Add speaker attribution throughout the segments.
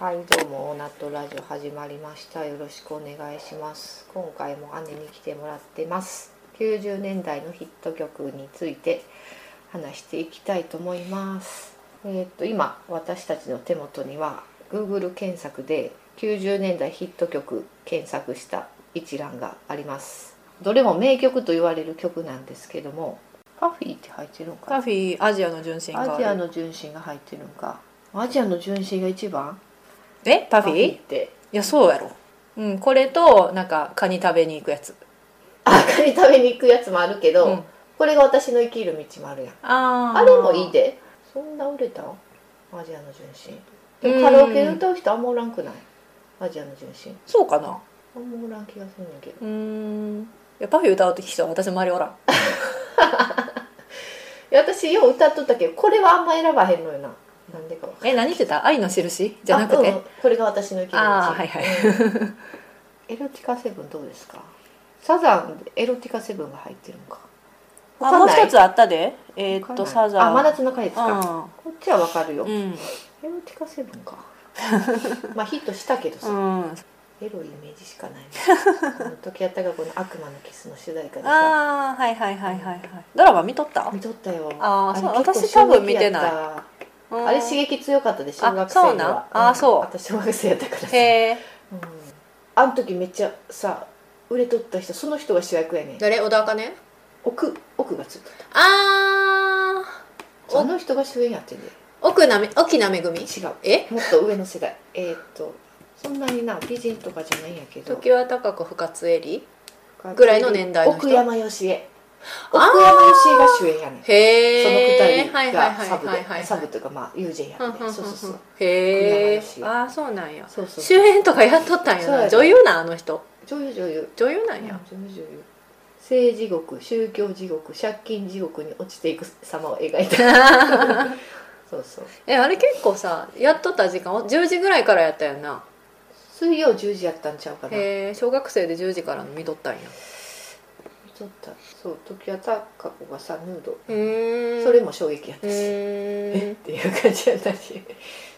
Speaker 1: はいどうもオーナットラジオ始まりましたよろしくお願いします今回も姉に来てもらってます90年代のヒット曲について話していきたいと思いますえーっと今私たちの手元には Google 検索で90年代ヒット曲検索した一覧がありますどれも名曲と言われる曲なんですけどもパフィーって入ってるのかな
Speaker 2: カフィーアジアの純真がある
Speaker 1: アジアの純真が入ってるんかアジアの純真が一番
Speaker 2: えパ
Speaker 1: パ
Speaker 2: フィーい
Speaker 1: って
Speaker 2: やそうやろうんこれとなんかカニ食べに行くやつ
Speaker 1: あカニ食べに行くやつもあるけど、
Speaker 2: うん
Speaker 1: これが私の生きる道もあるやん
Speaker 2: あー
Speaker 1: あれもいいでそんな売れたんアジアの純真で
Speaker 2: う
Speaker 1: も
Speaker 2: ん
Speaker 1: カラオケで歌う人あんまおらんくないアジアの純真
Speaker 2: そうか
Speaker 1: あ
Speaker 2: な
Speaker 1: んまおらん気がするんだけど
Speaker 2: うーんいやパフィー歌う人は私の周りおらん
Speaker 1: いや私よう歌っとったけどこれはあんま選ばへんのよななんでかわからん
Speaker 2: え何言ってた愛の印じゃなくて
Speaker 1: あうんこれが私の生きる道
Speaker 2: あーはいはい
Speaker 1: うんエロティカセブンどうですかサザンエロティカセブンが入ってるのか
Speaker 2: あもう一つ
Speaker 1: あ
Speaker 2: あったでえーっとサザン
Speaker 1: あ真夏の果実か、こ
Speaker 2: う
Speaker 1: っちはわかるよ、エ
Speaker 2: ん
Speaker 1: ロティカセブンか まあヒットしたけどさ、
Speaker 2: うん、うん、
Speaker 1: エロいイメージしか ないなあの時あったがこの悪魔のキスの主題歌でさ
Speaker 2: あーはいはいはいはいはいドラマ見とった
Speaker 1: 見とったよ
Speaker 2: あーそう
Speaker 1: れ結構
Speaker 2: 私多分見てない
Speaker 1: 衝撃やった
Speaker 2: うん
Speaker 1: あれ刺激強かったで小学生
Speaker 2: あそう
Speaker 1: に
Speaker 2: なん
Speaker 1: は
Speaker 2: あーそうん
Speaker 1: 私小学生やったからさ
Speaker 2: へえ
Speaker 1: うんあん時めっちゃさ売れとった人その人が主役やねん
Speaker 2: 誰小田茜
Speaker 1: 奥奥がついて
Speaker 2: あ
Speaker 1: た
Speaker 2: お
Speaker 1: あの人が主演やってんで
Speaker 2: 奥なめ沖なめ組
Speaker 1: 違う
Speaker 2: え
Speaker 1: もっと上の世代えーっとそんなにな美人とかじゃないんやけど
Speaker 2: 時は高く深津絵里ぐらいの年代の人
Speaker 1: 奥山義恵
Speaker 2: あ
Speaker 1: 奥
Speaker 2: ー
Speaker 1: 山義恵が主演やねんその
Speaker 2: へえ
Speaker 1: 二人がサブでサブというかまあ友人やってそうそうそう
Speaker 2: へえ
Speaker 1: 福山
Speaker 2: ああそうなんや
Speaker 1: そうそう
Speaker 2: 主演とかやっとったんや
Speaker 1: そうや
Speaker 2: な
Speaker 1: で
Speaker 2: 女優なあの人
Speaker 1: 女優女優
Speaker 2: 女優な
Speaker 1: うんん女
Speaker 2: や
Speaker 1: 優女優政治獄宗教地獄借金地獄に落ちていく様を描いたそうそう
Speaker 2: えあれ結構さやっとった時間お10時ぐらいからやったよな
Speaker 1: 水曜10時やったんちゃうかな
Speaker 2: へえ小学生で10時からの見とったんや
Speaker 1: ちょっとそう時はたか子がさヌード、
Speaker 2: うーん
Speaker 1: それも衝撃やっ
Speaker 2: う
Speaker 1: たし、えっ
Speaker 2: ーん
Speaker 1: ていう感じやったし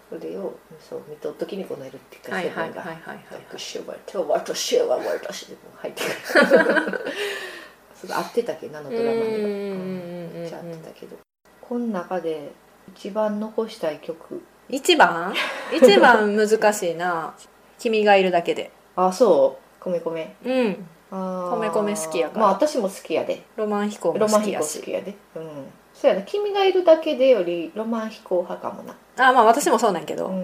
Speaker 1: それをそう見とっときにこのエルティカ
Speaker 2: は
Speaker 1: セ
Speaker 2: い
Speaker 1: ブ
Speaker 2: は
Speaker 1: ン
Speaker 2: いはいはい
Speaker 1: が
Speaker 2: はい
Speaker 1: 「私は私は私」でもう入ってくるそう合ってたけどなあの
Speaker 2: う
Speaker 1: ドラマには
Speaker 2: ー
Speaker 1: うん
Speaker 2: ん
Speaker 1: めっちゃ合ってたけどこの中で一番残したい曲
Speaker 2: 一番一番難しいな君がいるだけで
Speaker 1: あそう米米
Speaker 2: うん
Speaker 1: あ
Speaker 2: 米米好きやから
Speaker 1: まあ私も好きやで
Speaker 2: ロマン飛行
Speaker 1: ロ
Speaker 2: も
Speaker 1: マ
Speaker 2: 好
Speaker 1: ン
Speaker 2: き
Speaker 1: 飛
Speaker 2: や
Speaker 1: 行
Speaker 2: し
Speaker 1: 好きやでうんそうやな君がいるだけでよりロマン飛行派かもな
Speaker 2: あまあ私もそうなんやけ
Speaker 1: うん、
Speaker 2: ど、
Speaker 1: ロ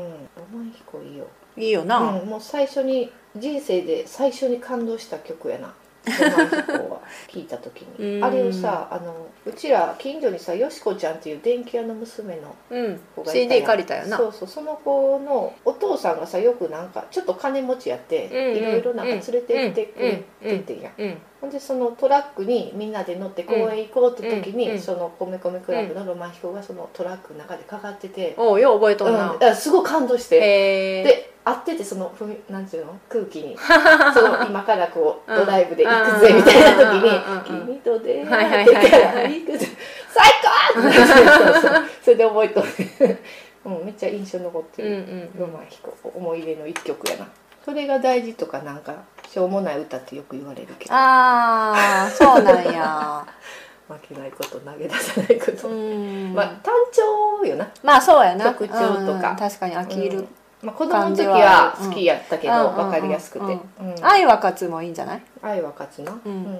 Speaker 1: マン飛行いいよ、
Speaker 2: いいよな、
Speaker 1: うん、もう最初に人生で最初に感動した曲や なロマン飛行は聞いた時
Speaker 2: う
Speaker 1: に
Speaker 2: ん
Speaker 1: あれをさあのうちら近所にさよしこちゃんっていう電気屋の娘の
Speaker 2: うん
Speaker 1: 子がいたやん
Speaker 2: CD 借りたよな
Speaker 1: そうそうその子のお父さんがさよくなんかちょっと金持ちやって、
Speaker 2: うんうん
Speaker 1: いろいろなんか連れて行ってくれててんやん
Speaker 2: うん
Speaker 1: ほんでそのトラックにみんなで乗って公園行こうって時に、
Speaker 2: うんうん
Speaker 1: その米米クラブのロマン飛行がそのトラックの中でかかってて、
Speaker 2: おうよう覚えとんな、
Speaker 1: うんあすごい感動して
Speaker 2: へえ
Speaker 1: で合っててそのふみなんていうの空気 にその今からこう
Speaker 2: う
Speaker 1: ド
Speaker 2: ん
Speaker 1: ライブで行くぜみたいな時
Speaker 2: うんうんうん
Speaker 1: に「君と出
Speaker 2: はいは
Speaker 1: 会
Speaker 2: い
Speaker 1: って
Speaker 2: はい
Speaker 1: か
Speaker 2: は
Speaker 1: ら
Speaker 2: い
Speaker 1: 行くぜ最高!」って言ってそうそうそれで覚えとるうんめっちゃ印象残って
Speaker 2: うん
Speaker 1: る、
Speaker 2: う
Speaker 1: ロ
Speaker 2: ん
Speaker 1: マン飛行思い出の一曲やなそれが大事とかなんかしょうもない歌ってよく言われるけど
Speaker 2: ああそうなんや
Speaker 1: 負けないこと投げ出さないこ
Speaker 2: う
Speaker 1: と、
Speaker 2: ん
Speaker 1: まあ単調よな、
Speaker 2: まあそうやな
Speaker 1: 曲調とか
Speaker 2: うん確かに飽きる、
Speaker 1: うんまあ、子供の時は好きやったけど
Speaker 2: 感じはうん
Speaker 1: 分かりやすくて、
Speaker 2: うんうん
Speaker 1: うん
Speaker 2: 愛は勝つもいいんじゃない、
Speaker 1: 愛は勝つなう
Speaker 2: うんん、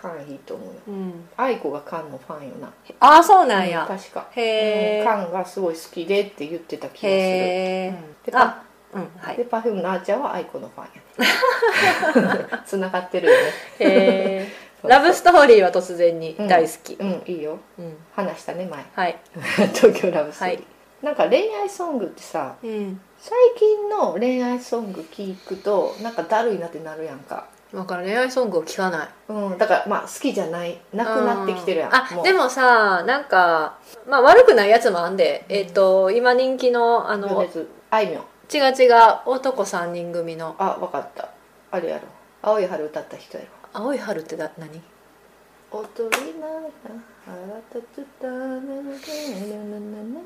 Speaker 1: カンいいと思うよ
Speaker 2: うん、
Speaker 1: 愛子がカンのファンよな
Speaker 2: ああそうなんや、
Speaker 1: 確か
Speaker 2: へ
Speaker 1: う
Speaker 2: え
Speaker 1: んカンがすごい好きでって言ってた気がする
Speaker 2: へ
Speaker 1: う
Speaker 2: え、
Speaker 1: んで
Speaker 2: あ
Speaker 1: パ
Speaker 2: うんはい
Speaker 1: でパフュームのあーちゃんは愛子のファン やね繋がってるよね
Speaker 2: へえ
Speaker 1: そうそう
Speaker 2: ラブストーリーは突然に大好き、
Speaker 1: うんいいよ
Speaker 2: うん
Speaker 1: 話したね前
Speaker 2: はい、
Speaker 1: 東京ラブストーリー、
Speaker 2: は
Speaker 1: なんか恋愛ソングってさ
Speaker 2: うん、
Speaker 1: 最近の恋愛ソング聞くとなんかだるいなってなるやんか
Speaker 2: だから恋愛ソングを聞かない
Speaker 1: うんだからまあ好きじゃないなくなってきてるやん
Speaker 2: うんあで
Speaker 1: も
Speaker 2: もさなんか、まあ、悪くないやつもあんで、えっ、と今人気のあ
Speaker 1: う
Speaker 2: の
Speaker 1: 余熱あいみょん
Speaker 2: 違う違う男3人組の
Speaker 1: あわかったあれやろ青い春歌った人やろ
Speaker 2: 「青い春」ってだ何
Speaker 1: 踊りながら腹立つためのなななななななななな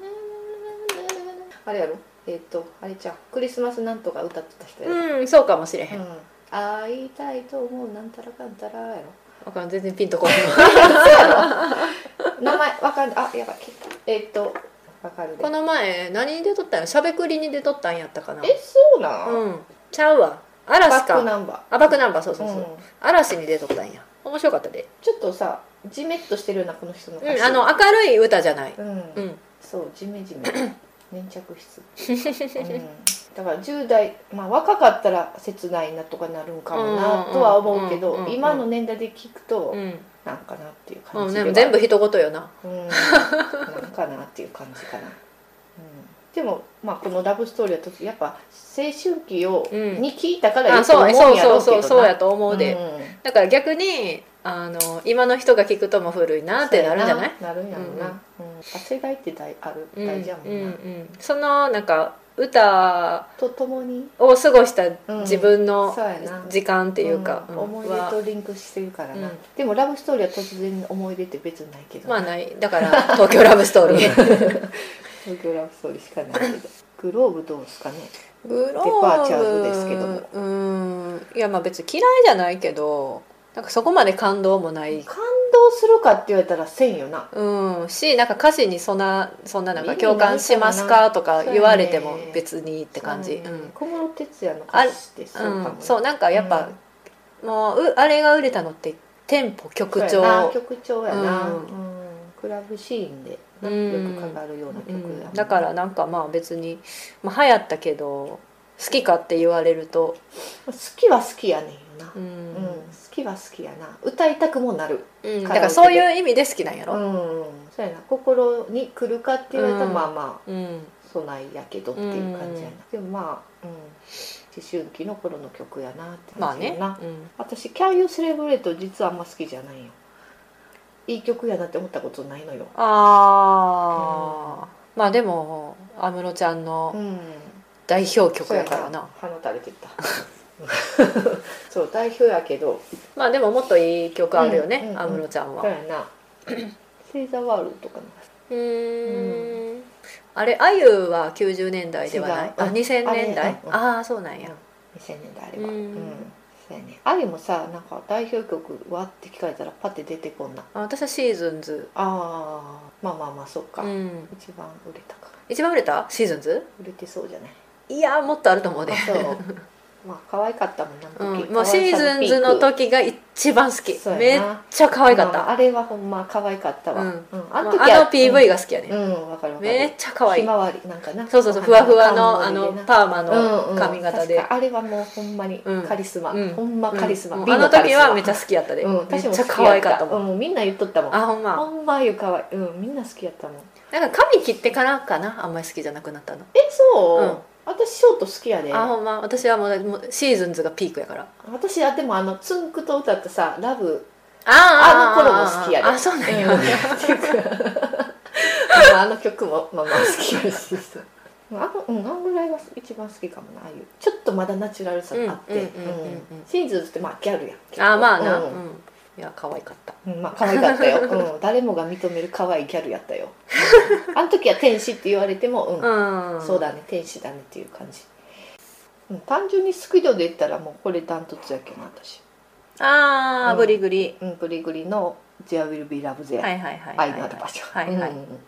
Speaker 1: あれやろえっ、とあれじゃんクリスマスなんとか歌ってた人やろ、
Speaker 2: うんそうかもしれへん、
Speaker 1: うん会いたいと思うなんたらかんたら や
Speaker 2: わからん全然ピンと こない
Speaker 1: ろ名前わかんないあやばいえっ、とわかるで
Speaker 2: この前何に出とったんやしゃべくりに出とったんやったかな
Speaker 1: えそうなん、
Speaker 2: うんちゃうわ
Speaker 1: バ
Speaker 2: 嵐
Speaker 1: ック
Speaker 2: か
Speaker 1: ナンバ
Speaker 2: あバックナンバーそう
Speaker 1: ー、
Speaker 2: そうそう、
Speaker 1: うん
Speaker 2: 嵐に出とったんや面白かったで、
Speaker 1: ちょっとさジメッとしてるようなこの人の
Speaker 2: うん、あの明るい歌じゃない、
Speaker 1: うん、
Speaker 2: うん、
Speaker 1: そうジメジメ粘着質、うん、だから10代、まあ、若かったら切ないなとかなるんかもなとは思うけ
Speaker 2: うんうんう
Speaker 1: ど
Speaker 2: んうん
Speaker 1: 今の年代で聞くと
Speaker 2: うん
Speaker 1: なんかなっていう
Speaker 2: う
Speaker 1: 感
Speaker 2: ん、
Speaker 1: じ
Speaker 2: で
Speaker 1: で
Speaker 2: も
Speaker 1: は
Speaker 2: 全部一言よな
Speaker 1: うんなんかなっていう感じかな、うん、でも、まあ、このラブストーリーはとやっぱ青春期を、
Speaker 2: うん
Speaker 1: に聞いたから
Speaker 2: あ
Speaker 1: いいと
Speaker 2: そ
Speaker 1: 思う
Speaker 2: うん
Speaker 1: やろ
Speaker 2: そう
Speaker 1: け
Speaker 2: うそ
Speaker 1: どな
Speaker 2: うそうそうやと思うで、
Speaker 1: ん
Speaker 2: だから逆にあの今の人が聞くとも古いなってなるんじゃない
Speaker 1: なるんやろな、うん世代って大ある大事やもんな、
Speaker 2: うんうんうん、そのなんか歌
Speaker 1: とともに
Speaker 2: を過ごした自分の
Speaker 1: そうやな
Speaker 2: 時間っていうか、
Speaker 1: うん
Speaker 2: うん
Speaker 1: 思い出
Speaker 2: は
Speaker 1: とリンクしてるからな、
Speaker 2: うん
Speaker 1: でもラブストーリーは突然思い出って別にないけど、
Speaker 2: まあないだから「東京ラブストーリ ー
Speaker 1: 東京ラブストーリーしかないけ どグローブどうですかね」
Speaker 2: グロ
Speaker 1: デパーチャーズですけども
Speaker 2: うんいやまあ別に嫌いじゃないけどなんかそこまで感動もない
Speaker 1: 感動するかって言われたらせんよな
Speaker 2: うん、しなんか歌詞にそんなそんななんか
Speaker 1: 意味
Speaker 2: 共感しますかとか
Speaker 1: ないかな
Speaker 2: 言われても
Speaker 1: そうやね
Speaker 2: 別にって感じ、
Speaker 1: う
Speaker 2: うんん
Speaker 1: 小室哲哉の歌詞ってそうかもね、
Speaker 2: うん、そうなんかやっぱ、もううあれが売れたのってテンポ曲
Speaker 1: そう
Speaker 2: 調
Speaker 1: やな曲調やな、
Speaker 2: う
Speaker 1: うんんクラブシーンでよ
Speaker 2: うん
Speaker 1: くかかるような曲
Speaker 2: う
Speaker 1: やもん
Speaker 2: ん、だからなんかまあ別に、まあ、流行ったけど好きかって言われると、
Speaker 1: 好きは好きやねんよな、う
Speaker 2: う
Speaker 1: んん好きは好きやな歌いたくもなる
Speaker 2: うんだからそういう意味で好きなんや
Speaker 1: う
Speaker 2: ろ、
Speaker 1: んそうやな心に来るかって言われたら、
Speaker 2: うん
Speaker 1: まあまあ
Speaker 2: うん
Speaker 1: 備えやけどっていう感じやな、でもまあ、うん、思春期の頃の曲やなって
Speaker 2: まあ
Speaker 1: 感じや
Speaker 2: ね
Speaker 1: な、、
Speaker 2: うん
Speaker 1: 私「Can You Celebrate」実はあんま好きじゃないよいい曲やなって思ったことないのよ
Speaker 2: ああ、まあでも安室ちゃんの
Speaker 1: うん
Speaker 2: 代表曲やからな、
Speaker 1: そうやな放たれてたそう代表やけど
Speaker 2: まあでももっといい曲あるよ
Speaker 1: うん
Speaker 2: ね
Speaker 1: うん
Speaker 2: 安室、ちゃん
Speaker 1: そう
Speaker 2: は
Speaker 1: やな「セイザワールド」とかの
Speaker 2: うーんあれあゆは90年代ではな
Speaker 1: 違
Speaker 2: いうあ2000年
Speaker 1: あ
Speaker 2: 代
Speaker 1: れうんうん
Speaker 2: ああそうなんや
Speaker 1: 2000年代あれば
Speaker 2: う
Speaker 1: うんん、そうやねあれもさなんか代表曲はって聞かれたらパッて出てこんな
Speaker 2: あ私はシーズンズ、
Speaker 1: あーまあまあまあそっか、
Speaker 2: うん、
Speaker 1: 一番売れたか
Speaker 2: 一番売れたシーズンズ
Speaker 1: 売れてそう じゃない
Speaker 2: いやーもっとあると思うで、
Speaker 1: あそうまあ可愛かったもんなあの時
Speaker 2: うん、もうシーズンズの時が一番好き
Speaker 1: そう
Speaker 2: め
Speaker 1: や
Speaker 2: っ
Speaker 1: な
Speaker 2: ちゃ可
Speaker 1: 可
Speaker 2: 愛
Speaker 1: 愛
Speaker 2: かっ
Speaker 1: あ
Speaker 2: た
Speaker 1: あれはほんま可愛かったわ、
Speaker 2: う
Speaker 1: うんん
Speaker 2: あ
Speaker 1: あ
Speaker 2: の
Speaker 1: の時は
Speaker 2: あの PV が好きやね、
Speaker 1: うんわかるわかる
Speaker 2: めっちゃ可愛い
Speaker 1: ひまわりなんかな
Speaker 2: そうそうそう
Speaker 1: お
Speaker 2: ふ
Speaker 1: 花
Speaker 2: わふわのあ
Speaker 1: 冠
Speaker 2: の
Speaker 1: でな
Speaker 2: パーマ
Speaker 1: うんう
Speaker 2: の
Speaker 1: ん
Speaker 2: 髪型で、
Speaker 1: 確かあれはもうほんまに
Speaker 2: うん
Speaker 1: カリスマ、
Speaker 2: うん
Speaker 1: ほんまカリスマ、
Speaker 2: うん
Speaker 1: 美
Speaker 2: あの
Speaker 1: カリ
Speaker 2: 時
Speaker 1: スマ
Speaker 2: はめっちゃ好きやったで、
Speaker 1: うん、
Speaker 2: めっ
Speaker 1: 私も
Speaker 2: ち
Speaker 1: 好
Speaker 2: ゃ
Speaker 1: き
Speaker 2: 可愛かったもん、
Speaker 1: うん、みんな言っとったもん
Speaker 2: あほんま
Speaker 1: ほんまゆかわいうんみんな好きやったもん
Speaker 2: なんか髪切ってからかなあんまり好きじゃなくなったの
Speaker 1: えそう、
Speaker 2: うん
Speaker 1: 私ショート好きやで
Speaker 2: あほんま私はもうもうシーズンズがピークやから
Speaker 1: 私はでもあのつんくと歌ったさラブ
Speaker 2: あ
Speaker 1: あの頃も好きやで
Speaker 2: あそうなんや、
Speaker 1: うんっていうかまああの曲もまあまあ好きやしあのうん、あのぐらいが一番好きかもなああいうちょっとまだナチュラルさがあって
Speaker 2: うんうんうんうんうん
Speaker 1: うんシーズンズってまあギャルやん結構
Speaker 2: あまあな、
Speaker 1: う
Speaker 2: うんんいや可愛かった
Speaker 1: うんまあ可愛かったよ、うん、誰もが認める可愛いギャルやったよ、うんあの時は天使って言われても、うん
Speaker 2: うん
Speaker 1: そうだね天使だねっていう感じ、うん、単純にスキドで言ったらもうこれダントツやけどな私
Speaker 2: ああ、
Speaker 1: うん
Speaker 2: ブリグリ
Speaker 1: うんグリグリの「There will be love there、
Speaker 2: はいはいはいは
Speaker 1: 愛
Speaker 2: い
Speaker 1: のある場所」
Speaker 2: はいはい、
Speaker 1: うんうんうん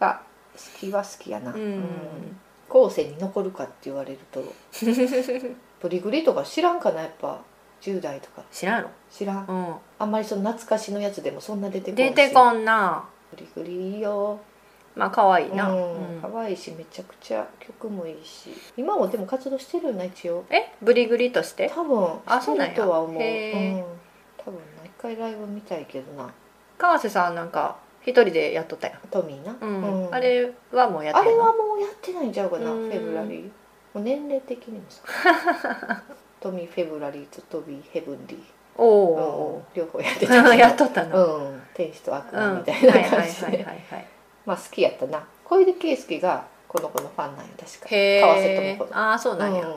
Speaker 1: が好きは好きやな、
Speaker 2: うん
Speaker 1: 後世に残るかって言われる とブリグリとか知らんかなやっぱ10代とか
Speaker 2: 知らんの
Speaker 1: 知らん
Speaker 2: うん
Speaker 1: あんまりその懐かしのやつでもそんな出てこない
Speaker 2: 出てこんな
Speaker 1: ブリグリいいよ
Speaker 2: まあ可愛いな、
Speaker 1: うん、
Speaker 2: うん
Speaker 1: 可愛いしめちゃくちゃ曲もいいし今もでも活動してるよな一応
Speaker 2: えブリグリとして
Speaker 1: 多分
Speaker 2: あ
Speaker 1: してるとは思う、
Speaker 2: そうなんやへー
Speaker 1: うん多分な一回ライブ見たいけどな
Speaker 2: 川瀬さんなんか一人でやっとったやん、
Speaker 1: トミーな、
Speaker 2: うん
Speaker 1: うん
Speaker 2: あれはもうやって
Speaker 1: あ
Speaker 2: んの
Speaker 1: れはもうやってないんちゃうかな、
Speaker 2: うん
Speaker 1: フェブラリーもう年齢的にもさ トミー・フェブラリーとトビー・ヘブンリー、
Speaker 2: お
Speaker 1: うん
Speaker 2: お、
Speaker 1: 両方やってた
Speaker 2: ー やっとったの、
Speaker 1: うん天使と悪
Speaker 2: うん
Speaker 1: 魔みたいな
Speaker 2: は
Speaker 1: 感
Speaker 2: い
Speaker 1: じ
Speaker 2: はいはい
Speaker 1: で
Speaker 2: はいはい
Speaker 1: まあ好きやったな小出圭介がこの子のファンなんよ確か
Speaker 2: へえ
Speaker 1: 川瀬智子の
Speaker 2: ああそうなんや、
Speaker 1: うん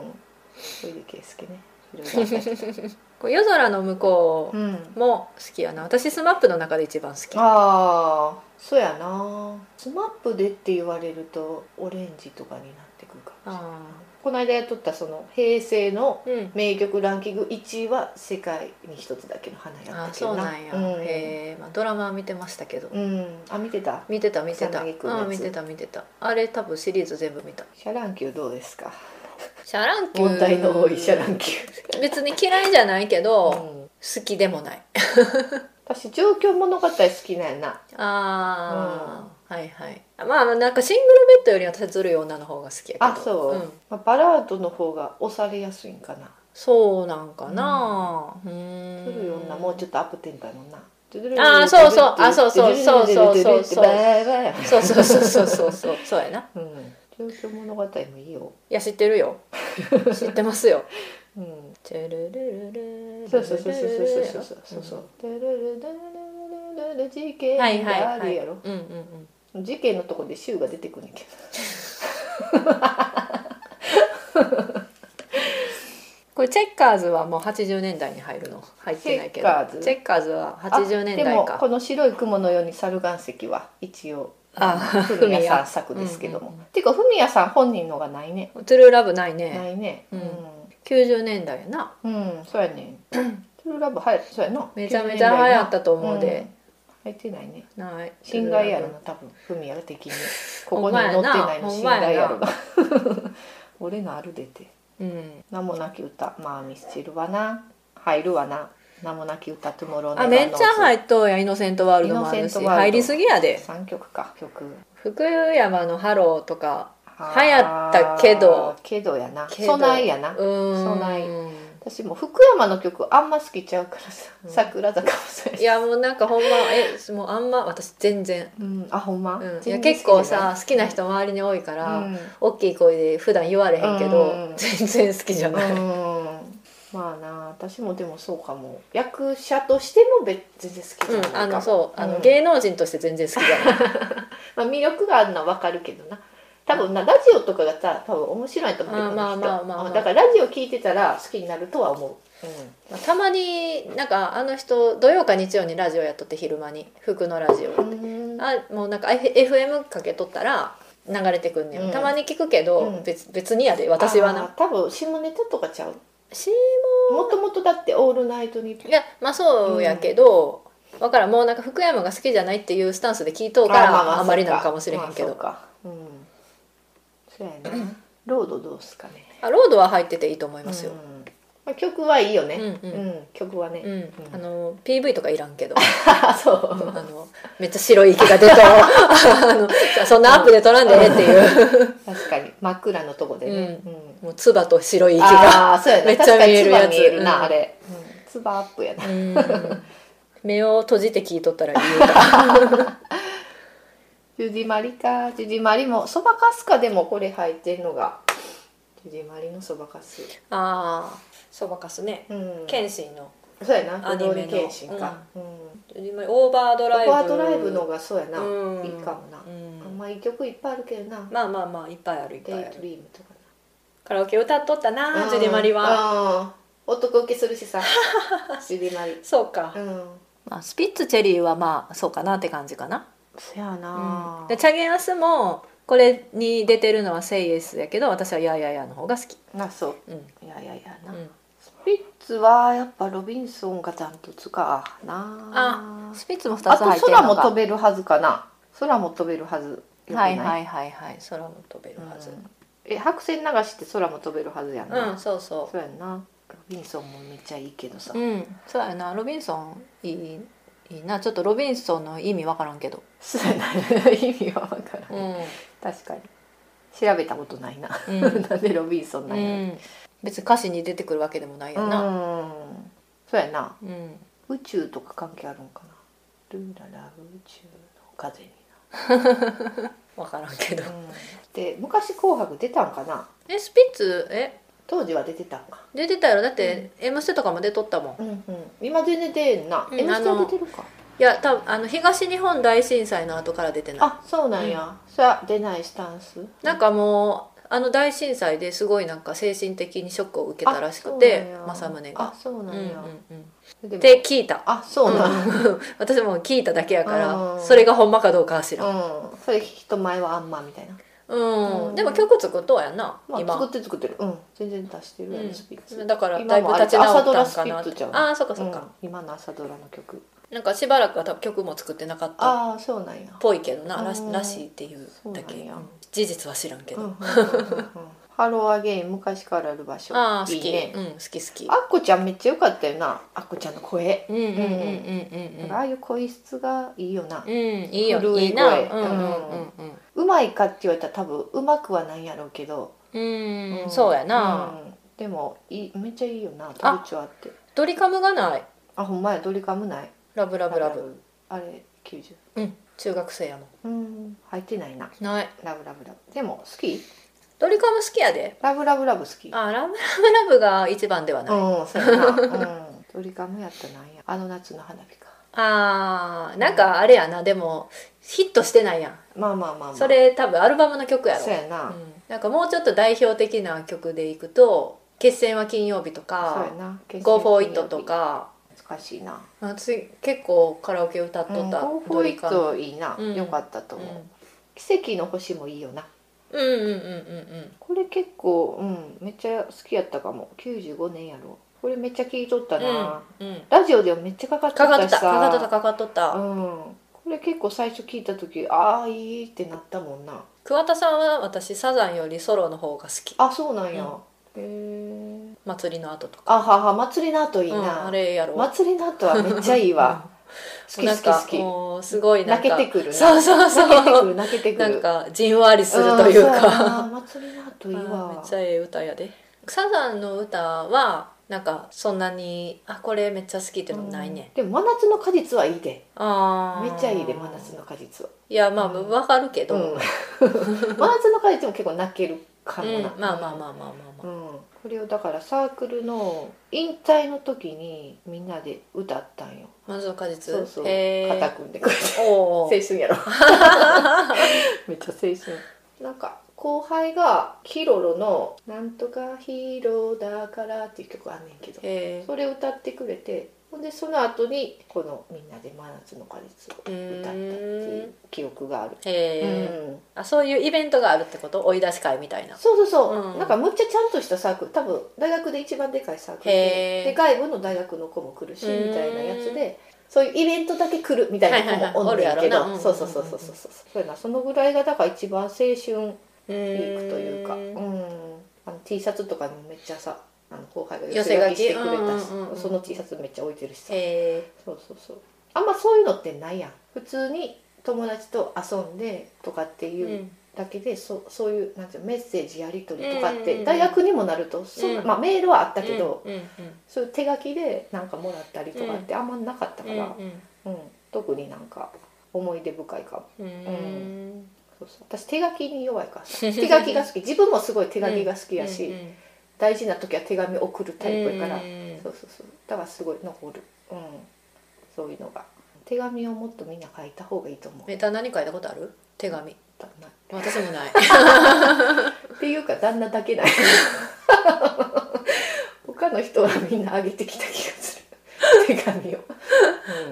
Speaker 1: 小出圭介ねいろいろあったけど
Speaker 2: こう夜空の向こ
Speaker 1: うん
Speaker 2: うも好きやな私スマップの中で一番好き
Speaker 1: ああそうやなスマップでって言われるとオレンジとかになっってくるかもしれない
Speaker 2: あ
Speaker 1: この間やっとったその平成の
Speaker 2: ーうん
Speaker 1: 名曲ランキング1位は世界に一つだけの花やっ
Speaker 2: あ
Speaker 1: たけ
Speaker 2: そ
Speaker 1: ど
Speaker 2: うなんや、
Speaker 1: うん
Speaker 2: へえ、まあ、ドラマは見てましたけど、
Speaker 1: うんあ見てた
Speaker 2: 見てた見てた、
Speaker 1: 草薙君の
Speaker 2: う
Speaker 1: やつ
Speaker 2: ん、見てた見てたあれ多分シリーズ全部見た
Speaker 1: シャラン級どうですか
Speaker 2: シャランキュー
Speaker 1: 問題の多いシャラン級、
Speaker 2: 別に嫌いじゃないけど、
Speaker 1: うん、
Speaker 2: 好きでもない
Speaker 1: 私状況物語好きなんやな
Speaker 2: ああ、はいはいまあなんかシングルベッドよりはずるい女の方が好きやけど
Speaker 1: あそう、
Speaker 2: ん
Speaker 1: まあ、バラードの方が押されやすいんかな
Speaker 2: そうなんかなう
Speaker 1: 「
Speaker 2: ん
Speaker 1: ずるい女」もうちょっとアップテンポやもんな
Speaker 2: あーそうそうあそうそうそうそうそうそう
Speaker 1: バイバイ
Speaker 2: そうそうそうそうそうそうそうやな
Speaker 1: うん状況物語もいいよ、
Speaker 2: いや知ってるよ知ってますよ
Speaker 1: うん、
Speaker 2: チェルルルル
Speaker 1: そうそうそうそうそうそうそうそうそうそう事件
Speaker 2: はいはい
Speaker 1: があ
Speaker 2: は
Speaker 1: る
Speaker 2: い
Speaker 1: やろ
Speaker 2: うんうんうん
Speaker 1: 事件のとこで柊が出てくるんだけど
Speaker 2: これチェッカーズはもう80年代に入るの入ってないけ
Speaker 1: チェ
Speaker 2: ど
Speaker 1: ッカーズ
Speaker 2: チェッカーズは
Speaker 1: あ
Speaker 2: 80年
Speaker 1: で
Speaker 2: 代
Speaker 1: も
Speaker 2: か
Speaker 1: この白い雲のように猿岩石は一応
Speaker 2: あ
Speaker 1: フミヤさん
Speaker 2: フ
Speaker 1: 作ですけども、
Speaker 2: うんうん
Speaker 1: ていうかフミヤさん本人のがないね
Speaker 2: ミヤトゥルーラブないね
Speaker 1: ないね
Speaker 2: う
Speaker 1: うんん、
Speaker 2: 90年代やな
Speaker 1: うんそうや ねトゥルーラブはやそうやな
Speaker 2: めちゃめちゃ流行ったと
Speaker 1: 90年代な
Speaker 2: 思うで、
Speaker 1: うん入ってないね
Speaker 2: ない
Speaker 1: 侵害やろな多分フミヤが 的にここに
Speaker 2: ほんまや
Speaker 1: 載って
Speaker 2: な
Speaker 1: ないの
Speaker 2: ほん
Speaker 1: 侵
Speaker 2: まやな
Speaker 1: 害やろが 俺のあるでて
Speaker 2: うん
Speaker 1: 名もなき歌まあミスチルはな入るわな名もなき歌トゥモロー
Speaker 2: あめっちゃ入っとうやんイノセントワールドもあ
Speaker 1: イ
Speaker 2: る
Speaker 1: ノセ
Speaker 2: し
Speaker 1: ントワールド
Speaker 2: 入りすぎやで
Speaker 1: 3曲か曲
Speaker 2: 福山の「ハロー」とか
Speaker 1: は
Speaker 2: 流行ったけど
Speaker 1: けどやな
Speaker 2: けど
Speaker 1: 備えやな
Speaker 2: うーん
Speaker 1: そうない私も福山の曲あんま好きちゃうからさ、
Speaker 2: うん
Speaker 1: 桜坂もそうや
Speaker 2: い
Speaker 1: し
Speaker 2: やもうなんかほんまえもうあんま私全然、
Speaker 1: うん、あほんま、
Speaker 2: うん、いや
Speaker 1: 全然
Speaker 2: 結
Speaker 1: 好
Speaker 2: 構
Speaker 1: きじゃ
Speaker 2: さ
Speaker 1: い
Speaker 2: 好きな人周りに多いから、
Speaker 1: うん
Speaker 2: 大きい声で普段言われへんけど、
Speaker 1: うん
Speaker 2: 全然好きじゃない、
Speaker 1: うんまあな私もでもそうかも役者としても別全然好きじゃない
Speaker 2: うん、
Speaker 1: かも、
Speaker 2: あのそうあの、
Speaker 1: うん
Speaker 2: 芸能人として全然好きじゃない
Speaker 1: まあ、魅力があるのは分かるけどな多分なラジオとかがさ多分面白いと思って
Speaker 2: あー
Speaker 1: この人
Speaker 2: まあまあまあまあ
Speaker 1: うんだからラジオ聞いてたら好きになるとは思う、
Speaker 2: まあたまになんかあの人土曜か日曜にラジオやっとって昼間に服のラジオ、
Speaker 1: うん、
Speaker 2: あもうなんか F- FM かけとったら流れてくんねん、
Speaker 1: うん
Speaker 2: たまに聞くけど、
Speaker 1: うん
Speaker 2: 別別にやで私は
Speaker 1: あ
Speaker 2: な
Speaker 1: ー多分下ネタとかちゃう
Speaker 2: し
Speaker 1: もともとだって「オールナイトニッポン
Speaker 2: いやまあそうやけど、わからんもうなんか福山が好きじゃないっていうスタンスで聞いと」うからあ,、まりなのかもしれへんけど、
Speaker 1: まあそうかうんそうやな ロードどうすかね
Speaker 2: あ、ロードは入ってていいと思いますよ
Speaker 1: う、んまあ、曲はいいよ
Speaker 2: うん、
Speaker 1: ね
Speaker 2: う
Speaker 1: うんん、曲はね、
Speaker 2: うん
Speaker 1: うん
Speaker 2: あの PV とかいらんけど
Speaker 1: あ そ
Speaker 2: あ
Speaker 1: う
Speaker 2: のめっちゃ白い息が出とあのそんなアップで撮らんでねっていう、
Speaker 1: 確かに真っ暗のとこでね、うん
Speaker 2: もう唾と白い息
Speaker 1: あ
Speaker 2: が
Speaker 1: あーそうやな
Speaker 2: めっちゃ見える
Speaker 1: 確かに唾
Speaker 2: やつ
Speaker 1: 見えるな、
Speaker 2: うん
Speaker 1: あれ、ツバアップやな
Speaker 2: うん目を閉じて聞いとったら言うから
Speaker 1: ジュディマリかジュディマリもそばかすかでもこれ入ってんのがジュディマリのそばかす
Speaker 2: ああそばかすね
Speaker 1: うん
Speaker 2: 謙信の
Speaker 1: そうやな
Speaker 2: アニ
Speaker 1: 不
Speaker 2: メの
Speaker 1: 動に剣心か、うん
Speaker 2: オーバードライ
Speaker 1: オ
Speaker 2: ブ
Speaker 1: ーバードライブのがそうやな、
Speaker 2: うん
Speaker 1: いいかもな、
Speaker 2: うん
Speaker 1: あんまいい曲いっぱいあるけどな、
Speaker 2: まあまあまあいっぱいあるいっぱ
Speaker 1: デイ
Speaker 2: いあ
Speaker 1: ト
Speaker 2: る
Speaker 1: リームとか
Speaker 2: カラオケ歌っとった
Speaker 1: な
Speaker 2: なジュディマリは
Speaker 1: は男受けするし さジュディマリ
Speaker 2: そうか
Speaker 1: う、ん
Speaker 2: まあ、スピッツチェリーはまあそうかなって感じかな、
Speaker 1: そや
Speaker 2: う、
Speaker 1: なん
Speaker 2: でチャゲアスもこれに出てるのは「セイエス」やけど私は「ややや」の方が好き、
Speaker 1: なそ
Speaker 2: うん
Speaker 1: ういやいやいや
Speaker 2: う
Speaker 1: な、
Speaker 2: ん、
Speaker 1: スピッツはやっぱロビンソンがダントツかな
Speaker 2: スピッツも2つ
Speaker 1: あ
Speaker 2: 入って
Speaker 1: と
Speaker 2: るの
Speaker 1: 空
Speaker 2: が
Speaker 1: も飛べるはずかな空も飛べるはず、
Speaker 2: はいはいいはいはい空も飛べるはず、
Speaker 1: うんえ白線流しって空も飛べるはずやんな、
Speaker 2: うん、そうそう
Speaker 1: そうやんなロビンソンもめっちゃいいけどさ、
Speaker 2: うんそうやなロビンソンいいいいなちょっとロビンソンの意味わからんけど、
Speaker 1: そうやな意味は分からん、
Speaker 2: ん
Speaker 1: 確かに調べたことないな
Speaker 2: うん
Speaker 1: なんでロビンソンなんやろ
Speaker 2: 別に歌詞に出てくるわけでもないよ
Speaker 1: う
Speaker 2: な、
Speaker 1: んそうやな
Speaker 2: うん
Speaker 1: 宇宙とか関係あるんかなルーララ宇宙の風に
Speaker 2: わからんけど
Speaker 1: な、で昔「紅白」出たんかな
Speaker 2: えスピッツえ
Speaker 1: 当時は出てたんか
Speaker 2: 出てたやろだって「M ステ」とかも出とったもん、
Speaker 1: うんうん今全然出んな、
Speaker 2: うん
Speaker 1: M ステ
Speaker 2: あの
Speaker 1: 出てるか
Speaker 2: いや多分あの東日本大震災の後から出てない
Speaker 1: あそうなんや、そりゃ出ないスタンス
Speaker 2: なんかもうあの大震災ですごいなんか精神的にショックを受けたらしくて
Speaker 1: あ
Speaker 2: 政
Speaker 1: そうなん
Speaker 2: 宗
Speaker 1: や
Speaker 2: が
Speaker 1: あそう
Speaker 2: う
Speaker 1: なん
Speaker 2: んうん
Speaker 1: や、
Speaker 2: うん
Speaker 1: でも
Speaker 2: って聞いた
Speaker 1: あそうなんや、
Speaker 2: うん私も聞いただけやから
Speaker 1: うん
Speaker 2: それがほんまかどうかは知らん
Speaker 1: うん、それ人前はあんまみたいな
Speaker 2: う
Speaker 1: うん
Speaker 2: ん、でも曲作っとうやんな、
Speaker 1: まあ、
Speaker 2: 今
Speaker 1: 作ってる作ってるうん全然出してるやん、スピッツ
Speaker 2: だから
Speaker 1: 今
Speaker 2: だいぶ
Speaker 1: もあれ
Speaker 2: 立ち直ったん
Speaker 1: 朝
Speaker 2: か
Speaker 1: ドラス
Speaker 2: な
Speaker 1: ピッツちゃう
Speaker 2: ああーそっかそっか、
Speaker 1: うん今の朝ドラの曲
Speaker 2: なんかしばらくは多分曲も作ってなかったっ
Speaker 1: ああそうなんや
Speaker 2: ぽいけどならし
Speaker 1: うん
Speaker 2: らしいっていうだけ
Speaker 1: そうなんや
Speaker 2: うん事実は知らんけ
Speaker 1: うん
Speaker 2: ど、
Speaker 1: うんうんうんハローアゲイン昔からある場所
Speaker 2: ああ好き
Speaker 1: いいね
Speaker 2: うん、好き好き
Speaker 1: あっこちゃんめっちゃ良かったよなあっこちゃんの声、
Speaker 2: うんうんうんうんうん
Speaker 1: ああいう声質がいいよな、
Speaker 2: うんいいよ
Speaker 1: 震え声
Speaker 2: いい
Speaker 1: う
Speaker 2: なうんうんんうん
Speaker 1: うまいかって言われたら多分うまくはないやろうけど、
Speaker 2: うんうん
Speaker 1: ん
Speaker 2: そうやな、
Speaker 1: うんでもいいめっちゃいいよな特徴あって
Speaker 2: ドリカムがない
Speaker 1: あほんまやドリカムない
Speaker 2: ラブラブラブ
Speaker 1: あれ90
Speaker 2: うん中学生やもん
Speaker 1: うん入ってないな
Speaker 2: ない
Speaker 1: ラブラブラブでも好き
Speaker 2: ドリカム好きやで
Speaker 1: ラブラブラブ好き
Speaker 2: あラブラブラブが一番ではない、
Speaker 1: うんそうやな、 うん、ドリカムやったらなんやあの夏の花火か
Speaker 2: あーなんかあれやなでもヒットしてないやん
Speaker 1: まあまあまあ、まあ、
Speaker 2: それ多分アルバムの曲やろ
Speaker 1: そうやな、
Speaker 2: うんなんかもうちょっと代表的な曲でいくと「決戦は金曜日」と
Speaker 1: そうや
Speaker 2: か
Speaker 1: な
Speaker 2: 「Go for It」とか
Speaker 1: 難しいな
Speaker 2: 私結構カラオケ歌っとった、
Speaker 1: うん、Go
Speaker 2: ド
Speaker 1: for
Speaker 2: リ
Speaker 1: It
Speaker 2: カム
Speaker 1: いいな、
Speaker 2: うん
Speaker 1: よかったと
Speaker 2: う
Speaker 1: 思う、
Speaker 2: ん
Speaker 1: 奇跡の星もいいよな
Speaker 2: うんうんうんうん
Speaker 1: これ結構うんめっちゃ好きやったかも95年やろこれめっちゃ聞いとった
Speaker 2: う
Speaker 1: な、
Speaker 2: んうん
Speaker 1: ラジオでもめっちゃかかっと
Speaker 2: か
Speaker 1: っ
Speaker 2: かっ
Speaker 1: た
Speaker 2: とっ
Speaker 1: したさ
Speaker 2: かかっとったかかっとった
Speaker 1: うんこれ結構最初聞いた時ああいいってなったもんな
Speaker 2: 桑田さんは私サザンよりソロの方が好き
Speaker 1: あそうなんや、へえ
Speaker 2: 祭りの後とか
Speaker 1: あはは祭りの後いい
Speaker 2: うん
Speaker 1: な、
Speaker 2: あれやろ
Speaker 1: 祭りの後はめっちゃいい わ好き
Speaker 2: な
Speaker 1: 好
Speaker 2: ん
Speaker 1: き
Speaker 2: か
Speaker 1: 好き
Speaker 2: もうすごいなんか
Speaker 1: 泣けてくるな
Speaker 2: そうそうそう
Speaker 1: 泣けてくる泣けてく
Speaker 2: な
Speaker 1: る
Speaker 2: んかじんわりするという
Speaker 1: うんそうやな
Speaker 2: か
Speaker 1: 祭りの後
Speaker 2: あ
Speaker 1: いい
Speaker 2: ー
Speaker 1: わ
Speaker 2: めっちゃええ歌やでサザンの歌はなんかそんなにあこれめっちゃ好きっていうのないね、
Speaker 1: うんでも真夏の果実はいいで
Speaker 2: ああ
Speaker 1: めっちゃいいで真夏の果実はい
Speaker 2: やまあ
Speaker 1: うん
Speaker 2: わかるけ
Speaker 1: う
Speaker 2: ど、
Speaker 1: ん 真夏の果実も結構泣けるかも
Speaker 2: うん
Speaker 1: な、
Speaker 2: まあまあまあまあまあまあ、
Speaker 1: うん、これをだからサークルの引退の時にみんなで歌ったんよ
Speaker 2: まずの果実
Speaker 1: そうそう
Speaker 2: へ
Speaker 1: 肩
Speaker 2: え
Speaker 1: 組んでくれて
Speaker 2: お
Speaker 1: 青
Speaker 2: お
Speaker 1: 春やろ めっちゃ青春なんか後輩がヒロロの「なんとかヒーローだから」っていう曲あんねんけど
Speaker 2: へえ
Speaker 1: それ歌ってくれてほんでその後にこの「みんなで真夏の果実」を歌ったっていう記憶がある
Speaker 2: へ
Speaker 1: う
Speaker 2: え、
Speaker 1: ん
Speaker 2: あそういうイベントがあるってこと追い出し会みたいな
Speaker 1: そうそうそう、
Speaker 2: うん
Speaker 1: なんかむっちゃちゃんとしたサークル多分大学で一番でかいサークル
Speaker 2: へ
Speaker 1: で
Speaker 2: ー
Speaker 1: で外部の大学の子も来るし
Speaker 2: うーん
Speaker 1: みたいなやつでそういうイベントだけ来るみたいな子もおんねん
Speaker 2: はいは
Speaker 1: け
Speaker 2: いはいおるやろなうんうんうんう
Speaker 1: ど
Speaker 2: ん
Speaker 1: そうそうそうそうそうそうそうやなそのぐらいがだから一番青春ピーク
Speaker 2: ピ
Speaker 1: と
Speaker 2: ー
Speaker 1: いうかうんあの T シャツとかにもめっちゃさあの後輩が寄
Speaker 2: 寄
Speaker 1: せ
Speaker 2: せ
Speaker 1: 書き
Speaker 2: 書き
Speaker 1: してくれたし、
Speaker 2: うんうんうん
Speaker 1: その T シャツめっちゃ置いてるしさ
Speaker 2: へえ
Speaker 1: そうそうそうあんまそういうのってないやん普通に友達と遊んでとかっていう、
Speaker 2: うん
Speaker 1: だけでそそういうなんていうのメッセージやり取りとかっ
Speaker 2: うんうん
Speaker 1: て
Speaker 2: うん
Speaker 1: 大学にもなると、そ
Speaker 2: うん
Speaker 1: まあ、メールはあったけど、
Speaker 2: うんうんうん
Speaker 1: そういう手書きでなんかもらったりとかってあんまなかったから、
Speaker 2: うんうん
Speaker 1: うん特になんか思い出深いかも
Speaker 2: うーん
Speaker 1: そうそう私手書きに弱いから手書きが 好き自分もすごい手書きが好きやし、
Speaker 2: うんうん
Speaker 1: 大事な時は手紙送るタイプやから、
Speaker 2: うん
Speaker 1: そうそうそうだからすごい残る、うん、そういうのが手紙をもっとみんな書いた方がいいと思う
Speaker 2: メタ何書いたことある手紙
Speaker 1: 旦那
Speaker 2: 私もない
Speaker 1: っていうか旦那だ けない他の人はみんな上げてきた気がする手紙を、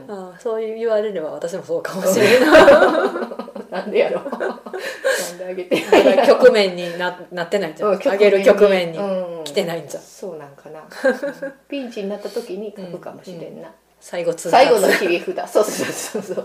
Speaker 2: あ あそう言われれば私もそうかもしれない
Speaker 1: なんでやろなんで上げて
Speaker 2: だから 局面にななってないんじゃん上げる局面に来て
Speaker 1: い
Speaker 2: ないんじゃん
Speaker 1: そうなん かな、ピンチになった時に書くかもしれんな、
Speaker 2: 最後通達
Speaker 1: 最後の切り札そうそうそうそうや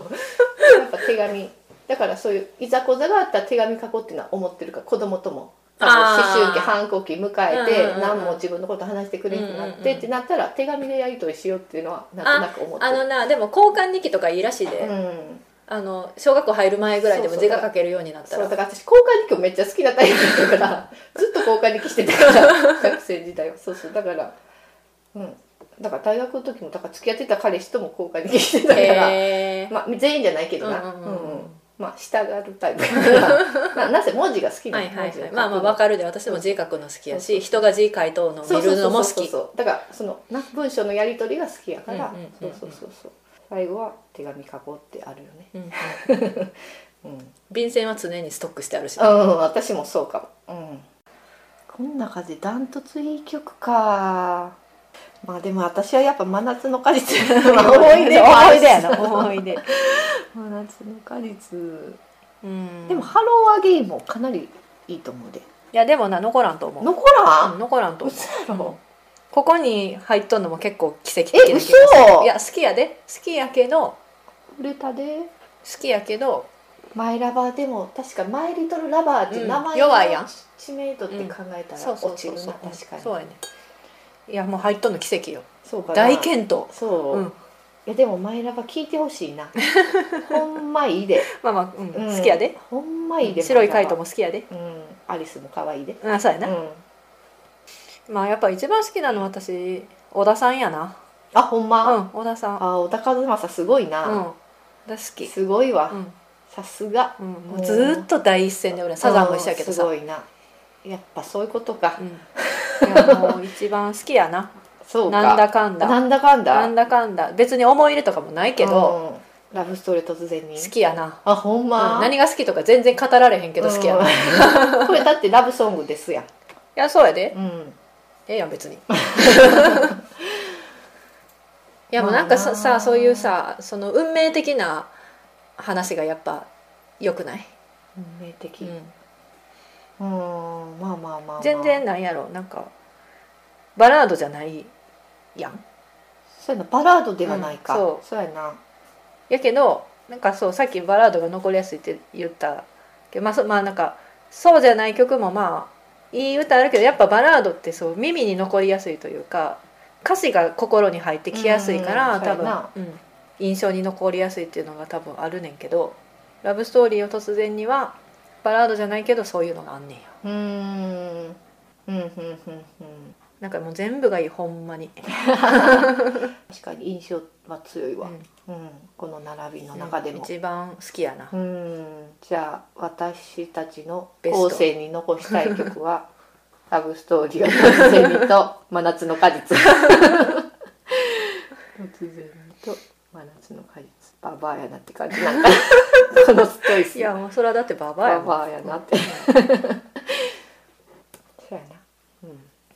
Speaker 1: っぱ手紙だからそういういざこざがあったら手紙書こうっていうのは思ってるから子供とも多分
Speaker 2: あー
Speaker 1: 思春期反抗期迎えて、
Speaker 2: うんうんうん
Speaker 1: 何も自分のこと話してくれなくなって、
Speaker 2: うんうんうん
Speaker 1: ってなったら手紙でやり取りしようっていうのはなんとなく思って
Speaker 2: あ
Speaker 1: る
Speaker 2: のなでも交換日記とかいいらしいで、
Speaker 1: うん、
Speaker 2: あの小学校入る前ぐらいでも
Speaker 1: そうそう
Speaker 2: 字が書けるようになった
Speaker 1: そう
Speaker 2: ら
Speaker 1: だから私交換日記めっちゃ好きなタイプだから ずっと交換日記してたから学生時代はそうそうだからうんだから大学の時もだから付き合ってた彼氏とも交換日記してたから、
Speaker 2: へー
Speaker 1: まあ、全員じゃないけどな、
Speaker 2: う
Speaker 1: うんん
Speaker 2: うんうん
Speaker 1: まあ従うタイプだ からななぜ文字が好きな
Speaker 2: は
Speaker 1: の
Speaker 2: いはいはい
Speaker 1: 文字
Speaker 2: まあまあわかるで私も字書くの好きやし
Speaker 1: そうそう
Speaker 2: 人が字書いとうのを
Speaker 1: そう
Speaker 2: 見
Speaker 1: そう
Speaker 2: る
Speaker 1: そ
Speaker 2: の
Speaker 1: う
Speaker 2: も好
Speaker 1: そう
Speaker 2: き
Speaker 1: そうだからそのな文章のやり取りが好きやから、
Speaker 2: うんうんうんうん
Speaker 1: そうそうそうそう最後は手紙書こうってあるよね
Speaker 2: うんうん
Speaker 1: うん、
Speaker 2: 便箋は常にストックしてあるし
Speaker 1: うん、私もそうかもうんこんな感じでダントツいい曲かまあでも私はやっぱ真夏の果 実思い出
Speaker 2: 思い出や
Speaker 1: な思い出真夏の果実
Speaker 2: うん
Speaker 1: でもハローアゲインもかなりいいと思うで
Speaker 2: いやでもな残らんと思う
Speaker 1: 残ら
Speaker 2: うんん残らんと思
Speaker 1: 嘘やろ
Speaker 2: うここに入っとんのも結構奇跡的
Speaker 1: え
Speaker 2: な気が
Speaker 1: 嘘
Speaker 2: するいや好きやで好きやけど
Speaker 1: 売れたで
Speaker 2: 好きやけど
Speaker 1: マイラバーでも確かマイリトルラバーって名前の
Speaker 2: うん弱いやん
Speaker 1: 知名度って考えたら
Speaker 2: そうそ
Speaker 1: 落ち
Speaker 2: うそう
Speaker 1: る
Speaker 2: そ
Speaker 1: な
Speaker 2: う
Speaker 1: 確かに
Speaker 2: そうやねいやもう入っとんの奇跡よ
Speaker 1: そうかな
Speaker 2: 大健闘
Speaker 1: そう、
Speaker 2: うん
Speaker 1: いやでもマイラバ聞いてほしい なほんまいいで、
Speaker 2: まあまあ、うん
Speaker 1: うん
Speaker 2: 好きやで
Speaker 1: ほんまいいで
Speaker 2: 白いカイト
Speaker 1: も
Speaker 2: も好きやで
Speaker 1: うんアリスも可愛いで
Speaker 2: あそうやな、
Speaker 1: うん
Speaker 2: まあやっぱ一番好きなの私小田さんやな
Speaker 1: あほんま、
Speaker 2: うん小田さん
Speaker 1: あ小田和正すごい
Speaker 2: うん
Speaker 1: な、
Speaker 2: 大好き
Speaker 1: すごいわ、
Speaker 2: うん
Speaker 1: さすが
Speaker 2: うん、もうずーっと第一線で俺サザンも一緒やけどさ、
Speaker 1: うん
Speaker 2: う
Speaker 1: すごいなやっぱそういうことか、
Speaker 2: ん、いやもう一番好きやな
Speaker 1: そうか
Speaker 2: なんだかんだ
Speaker 1: なんだかんだ
Speaker 2: なんだかんだ別に思い入れとかもないけど、
Speaker 1: うんラブストーリー突然に
Speaker 2: 好きやな、
Speaker 1: あほんま、
Speaker 2: うん何が好きとか全然語られへんけど好きやな、い
Speaker 1: うん これだってラブソングですやん
Speaker 2: やそうやで
Speaker 1: うん
Speaker 2: ええや ん別にいやもうなんかさ
Speaker 1: まあな
Speaker 2: さそういうさその運命的な話がやっぱよくない、
Speaker 1: 運命的
Speaker 2: う
Speaker 1: うんんまあまあまあ、まあ、
Speaker 2: 全然なんやろなんかバラードじゃないやん
Speaker 1: そうやなバラードではないか、
Speaker 2: うん
Speaker 1: そ
Speaker 2: そう
Speaker 1: やな
Speaker 2: やけどなんかそうさっきバラードが残りやすいって言ったけどまあそまあなんかそうじゃない曲もまあいい歌あるけどやっぱバラードってそう耳に残りやすいというか歌詞が心に入ってきやすいか
Speaker 1: うん
Speaker 2: ら
Speaker 1: うん
Speaker 2: 多
Speaker 1: そうやな
Speaker 2: 分、うん、印象に残りやすいっていうのが多分あるねんけどラブストーリーを突然にはバラードじゃないけどそういうのがあんねんや
Speaker 1: うーんうんうんうんうん
Speaker 2: なんかもう全部がいいほんまに、
Speaker 1: 確かに印象は強いわ、うんこの並びの中でも
Speaker 2: 一番好きやな
Speaker 1: う、んじゃあ私たちの
Speaker 2: ベス
Speaker 1: 後
Speaker 2: ト
Speaker 1: 世に残したい曲 は「ラブストーリーを突然に」と「真夏の果実」突然にと「真夏の果実」ババアやな って感じなんかこのストイス
Speaker 2: いやもうそれはだってババアや
Speaker 1: バ
Speaker 2: もん
Speaker 1: バアやなって